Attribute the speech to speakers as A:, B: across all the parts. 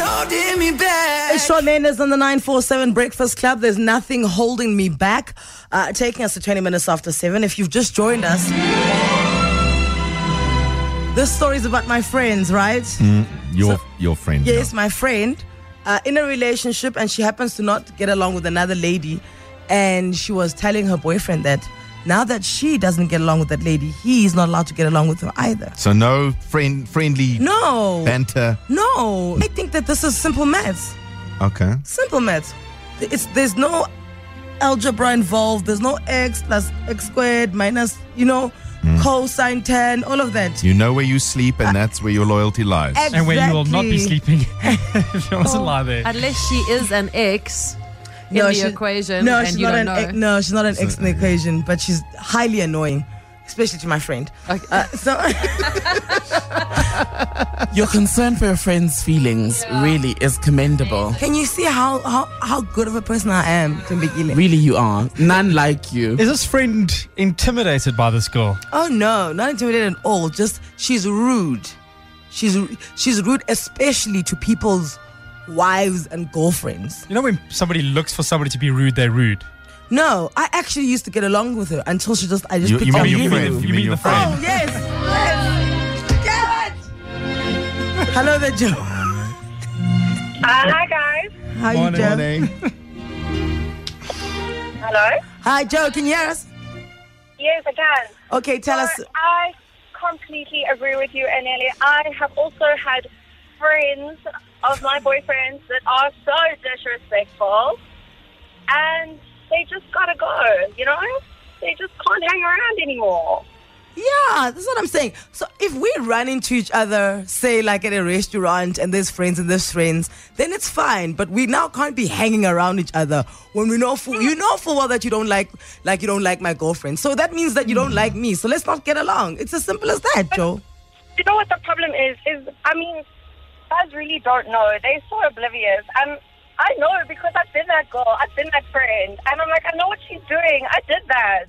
A: holding me back.
B: It's Sean Mendes on the 947 Breakfast Club. There's nothing holding me back. Uh, taking us to 20 minutes after 7. If you've just joined us, this story is about my friends, right?
C: Your your friend.
B: Yes, my friend uh, in a relationship, and she happens to not get along with another lady. And she was telling her boyfriend that now that she doesn't get along with that lady, he is not allowed to get along with her either.
C: So no friend friendly
B: No.
C: banter.
B: no. I think that this is simple maths.
C: Okay.
B: Simple maths. It's, there's no algebra involved, there's no x plus x squared minus, you know,
D: Hmm.
B: cosine 10, all of that.
C: You know where you sleep, and that's where your loyalty lies.
B: Exactly.
E: And where you will not be sleeping if you wasn't lie there.
D: Unless she is an ex in the
B: she-
D: equation
B: No,
D: and
B: she's
D: you
B: not
D: don't
B: an
D: know.
B: ex- no, she's not an ex in the equation, but she's highly annoying, especially to my friend.
D: Okay.
B: Uh, so
F: Your concern for your friend's feelings really is commendable.
B: can you see how how, how good of a person I am, Tumbekile?
F: Really, you are. None like you.
E: Is this friend intimidated by this girl?
B: Oh no, not intimidated at all. Just she's rude. She's ru- she's rude, especially to people's wives and girlfriends.
E: You know when somebody looks for somebody to be rude, they're rude.
B: No, I actually used to get along with her until she just I just
C: You,
B: picked
C: you
B: up
C: mean
E: you
C: your
E: mean
C: friend?
E: the-
C: You
E: you
C: mean
E: mean
C: your
E: the friend.
C: friend?
B: Oh yes, yes, damn it! Hello there, Joe.
G: Uh, hi guys.
B: How you doing?
G: Hello.
B: Hi, Joe. Can you hear us?
G: Yes, I can.
B: Okay, tell us.
G: So I completely agree with you, and Nelly. I have also had friends of my boyfriends that are so disrespectful, and they just gotta go. You know, they just can't hang around anymore.
B: Yeah, that's what I'm saying. So if we run into each other, say like at a restaurant, and there's friends and there's friends, then it's fine. But we now can't be hanging around each other when we know full, you know full well that you don't like like you don't like my girlfriend. So that means that you don't like me. So let's not get along. It's as simple as that, Joe.
G: you know what the problem is? Is I mean, guys really don't know. They're so oblivious. Um, I know because I've been that girl. I've been that friend, and I'm like, I know what she's doing. I did that.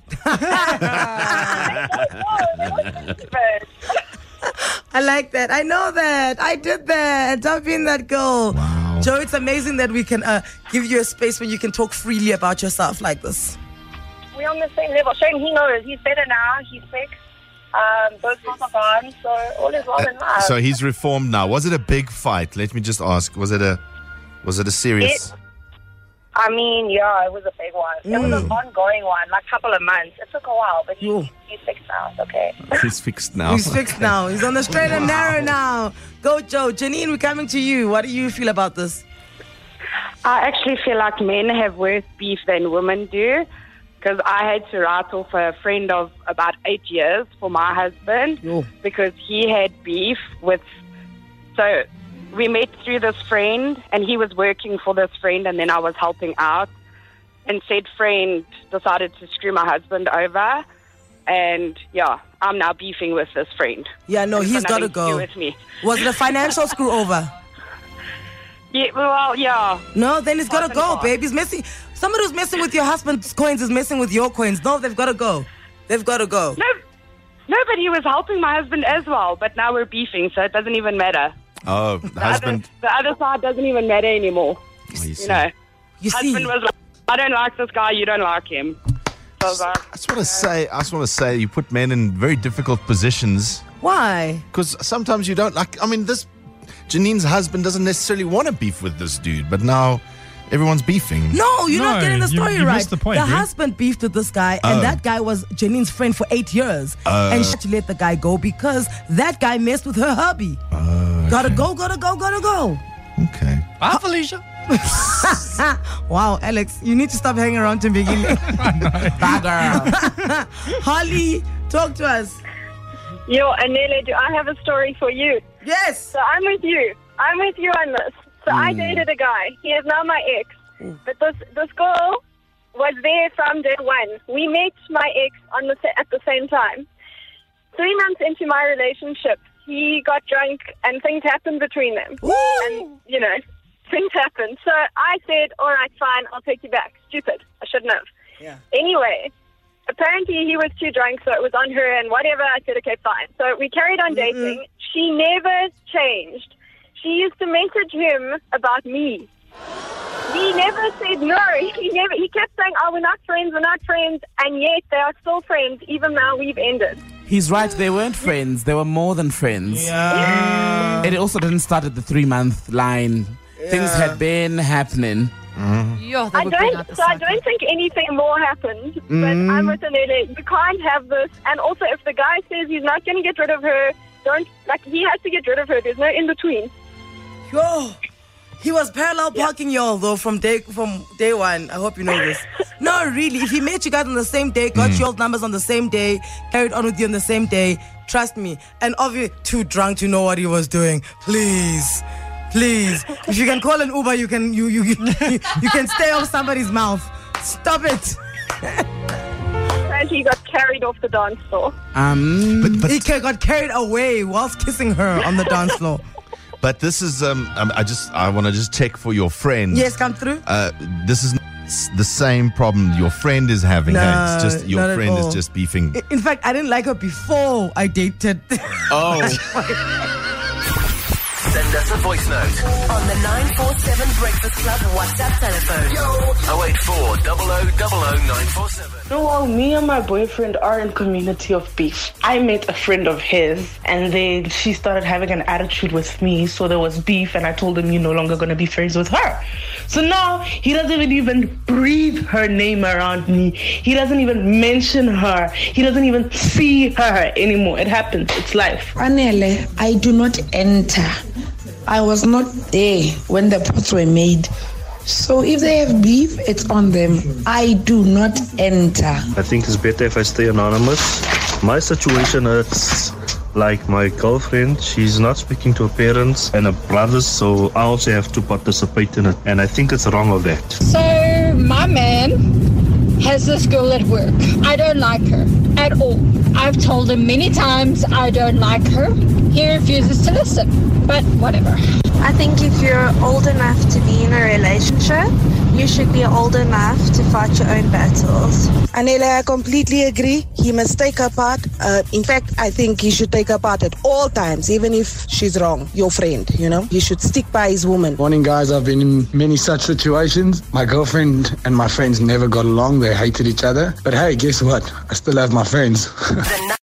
G: they don't know. They're not stupid.
B: I like that. I know that. I did that. I've been that girl.
C: Wow.
B: Joe, it's amazing that we can uh, give you a space where you can talk freely about yourself like this.
G: We're on the same level. Shane, he knows. He's better now. He's sick. Um, both moms are gone, so all is well in life.
C: Uh, So he's reformed now. Was it a big fight? Let me just ask. Was it a was it a serious?
G: It- I mean, yeah, it was a big one. It was an ongoing one, like a couple of months. It took a while, but he,
B: Yo.
G: he's fixed now. It's okay.
C: He's fixed now.
B: He's fixed now. He's on the straight and narrow now. Go, Joe. Janine, we're coming to you. What do you feel about this?
H: I actually feel like men have worse beef than women do because I had to write off a friend of about eight years for my husband
B: Yo.
H: because he had beef with. So we met through this friend, and he was working for this friend, and then I was helping out. And said friend decided to screw my husband over, and yeah, I'm now beefing with this friend.
B: Yeah, no,
H: It's
B: he's
H: got
B: got to
H: nothing to do
B: go.
H: with me.
B: Was it a financial screw over?
H: Yeah, well, yeah.
B: No, then he's got to
H: Husband
B: go,
H: gone.
B: babe. He's messing. Somebody who's messing with your husband's coins is messing with your coins. No, they've got to go. They've got to go.
H: No, no, but he was helping my husband as well. But now we're beefing, so it doesn't even matter.
C: Oh,
H: The other-
C: husband.
H: the other side doesn't even matter anymore.
C: Oh, he's-
H: You know,
B: You see?
H: husband was like, "I don't like this guy. You don't like him." So I was like,
C: I just want to say, I just want to say, you put men in very difficult positions
B: Why?
C: because sometimes you don't like. I mean, this Janine's husband doesn't necessarily want to beef with this dude, but now everyone's beefing.
B: No, you're not
E: No,
B: getting the
E: you-
B: story
E: you
B: right.
E: missed the point, dude. Oh.
B: husband beefed with this guy, and that guy was Janine's friend for eight years. and she had to let the guy go because that guy messed with her hubby.
E: Oh,
B: Gotta go, gotta go, gotta go.
C: Okay.
E: Ah, Felicia.
B: wow, Alex, you need to stop hanging around to begin. Holly, talk to us.
G: Yo, Anele, do I have a story for you?
B: Yes.
G: So I'm with you. I'm with you on this. So I dated a guy. He is now my ex. But this this girl was there from day one. We met my ex on the sa- at the same time. Three months into my relationship, he got drunk and things happened between them.
B: Woo!
G: You know, things happened. So I said, "All right, fine, I'll take you back." Stupid. I shouldn't have.
B: Yeah.
G: Anyway, apparently he was too drunk, so it was on her and whatever. I said, okay, fine. So we carried on dating. She never changed. she used to message him about me. He never said no. He never. He kept saying, "Oh, we're not friends. We're not friends." And yet they are still friends, even now we've ended.
F: He's right. They weren't friends. They were more than friends.
E: Yeah.
F: It also didn't start at the three month line. Things had been happening.
D: Yo, that
G: I
D: would bring out
G: don't.
D: the
G: So I
D: cycle.
G: don't think anything more happened. But I'm with Anele. You can't have this. And also, if the guy says he's not going to get rid of her, don't like he has to get rid of her. There's no in between.
B: Yo, he was parallel parking y'all though from day from day one. I hope you know this. no, really. If he met you guys on the same day, got y'all's numbers on the same day, carried on with you on the same day, trust me. And obviously too drunk to know what he was doing. Please. Please. if you can call an Uber, you can you you you, you can stay off somebody's mouth. Stop it.
G: And he got carried off the dance floor.
F: Um,
C: But, but
B: Ike got carried away whilst kissing her on the dance floor.
C: But this is um, um I just I want to just check for your friend.
B: Yes, come through.
C: Uh, this is s- the same problem your friend is having.
B: No,
C: hey? It's just
B: not
C: your
B: at
C: friend
B: all.
C: is just beefing.
B: I- In fact, I didn't like her before I dated.
F: oh,
A: Send us a voice note.
I: On the 947 Breakfast Club WhatsApp telephone.
A: 084 947.
J: No, well, me and my boyfriend are in community of beef. I met a friend of his, and then she started having an attitude with me, so there was beef, and I told him you're no longer gonna be friends with her. So now he doesn't even breathe her name around me. He doesn't even mention her. He doesn't even see her anymore. It happens. It's life.
K: Anele, I do not enter. I was not there when the pots were made. So if they have beef, it's on them. I do not enter.
L: I think it's better if I stay anonymous. My situation is like my girlfriend, she's not speaking to her parents and her brothers, so I also have to participate in it. And I think it's wrong of that.
K: So my man has this girl at work. I don't like her at all. I've told him many times I don't like her. He refuses to listen. But whatever.
J: I think if you're old enough to be in a relationship, you should be old enough to fight your own battles.
K: Anela, I completely agree. He must take her part. Uh, in fact, I think he should take her part at all times, even if she's wrong, your friend, you know? He should stick by his woman.
J: Morning, guys. I've been in many such situations. My girlfriend and my friends never got along. They hated each other. But hey, guess what? I still have my friends.
I: The